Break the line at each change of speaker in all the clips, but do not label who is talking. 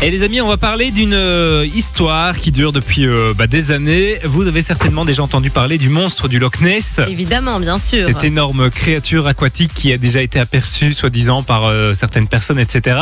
Et les amis, on va parler d'une euh, histoire qui dure depuis euh, bah, des années. Vous avez certainement déjà entendu parler du monstre du Loch Ness.
Évidemment, bien sûr.
Cette énorme créature aquatique qui a déjà été aperçue, soi-disant, par euh, certaines personnes, etc.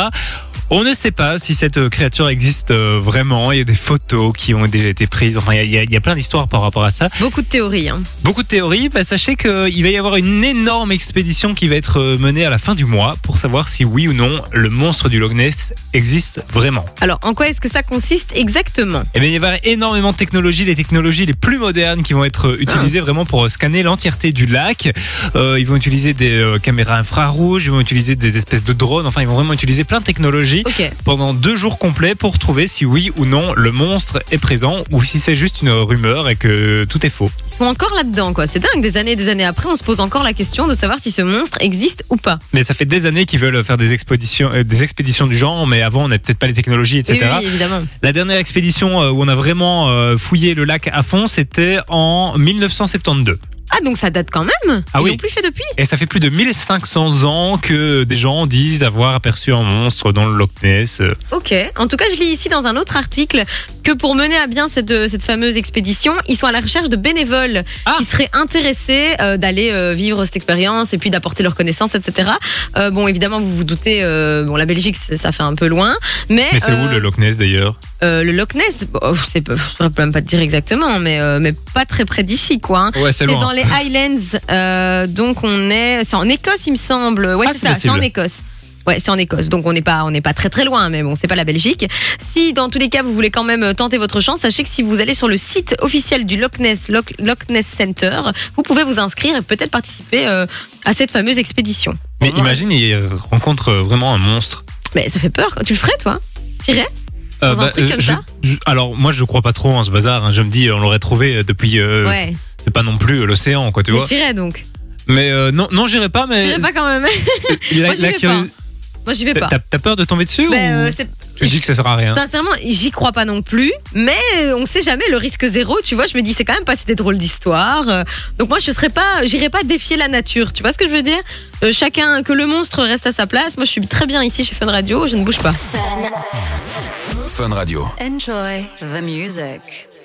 On ne sait pas si cette euh, créature existe euh, vraiment. Il y a des photos qui ont déjà été prises. Enfin, il y a- il y, a- il y a plein d'histoires par rapport à ça.
Beaucoup de théories. hein.
Beaucoup de théories. Bah, sachez qu'il va y avoir une énorme expédition qui va être euh, menée à la fin du mois pour savoir si oui ou non le monstre du Loch Ness existe vraiment.
Alors, en quoi est-ce que ça consiste exactement
Eh bien, il va y avoir énormément de technologies, les technologies les plus modernes qui vont être euh, utilisées vraiment pour euh, scanner l'entièreté du lac. Euh, ils vont utiliser des euh, caméras infrarouges, ils vont utiliser des espèces de drones, enfin, ils vont vraiment utiliser plein de technologies
Ok.
pendant deux jours complets pour trouver si oui ou non le monstre est présent ou si c'est juste une rumeur et que tout est faux.
Ils sont encore là-dedans, quoi. C'est dingue. Des années et des années après, on se pose encore la question de savoir si ce monstre existe ou pas.
Mais ça fait des années qu'ils veulent faire des expéditions, euh, des expéditions du genre, mais avant on n'avait peut-être pas les technologies, etc.
Oui, oui, évidemment.
La dernière expédition euh, où on a vraiment euh, fouillé le lac à fond, c'était en 1972.
Ah, donc ça date quand même
Ah
Ils
oui.
l'ont plus fait depuis
Et ça fait plus de 1500 ans que des gens disent avoir aperçu un monstre dans le Loch Ness. Euh,
Ok. En tout cas, je lis ici dans un autre article que pour mener à bien cette, euh, cette fameuse expédition, ils sont à la recherche de bénévoles
Ah.
qui seraient intéressés euh, d'aller euh, vivre cette expérience et puis d'apporter leurs connaissances, etc. Euh, bon, évidemment, vous vous doutez, euh, bon, la Belgique, c'est- ça fait un peu loin, mais,
Mais c'est
euh,
où le Loch Ness d'ailleurs
euh, le Loch Ness, bon, oh, je sais pas, je saurais même pas te dire exactement, mais euh, mais pas très près d'ici, quoi. hein.
Ouais, c'est
C'est
loin.
dans les Highlands, euh, donc on est, c'est en Écosse, il me semble. Ouais,
Ah,
c'est
c'est
ça, c'est en
possible.
Écosse. Ouais, c'est en Écosse, donc on n'est pas, on n'est pas très très loin, mais bon, c'est pas la Belgique. Si dans tous les cas vous voulez quand même euh, tenter votre chance, sachez que si vous allez sur le site officiel du Loch Ness, Loch, Loch Ness Center, vous pouvez vous inscrire et peut-être participer euh, à cette fameuse expédition.
Mais
Au moins.
imagine, il rencontre euh, vraiment un monstre.
Mais ça fait peur. Tu le ferais toi T'irais
Euh,
Dans un truc
euh,
comme
je-
ça
je- alors moi je crois pas trop en ce bazar. hein. Je me dis euh, on l'aurait trouvé euh, depuis. euh,
Ouais.
C'est pas non plus euh, l'océan quoi tu
Mais
vois.
t'irais donc.
Mais euh, non non j'irai pas mais.
T'irais pas quand même.
la-
Moi, j'y
la
vais
curiosi-
Moi j'y vais
T'as
pas.
t'as- t'as peur de tomber dessus
Ben,
ou Hein
euh, c'est-
tu dis que ça sert à rien.
Sincèrement, j'y crois pas non plus, mais euh, on sait jamais le risque zéro, tu vois. Je me dis, c'est quand même passé des drôles d'histoires. euh, Donc moi, je serais pas, j'irais pas défier la nature, tu vois ce que je veux dire Euh, Chacun, que le monstre reste à sa place. Moi, je suis très bien ici chez Fun Radio, je ne bouge pas.
Fun Radio.
Enjoy the music.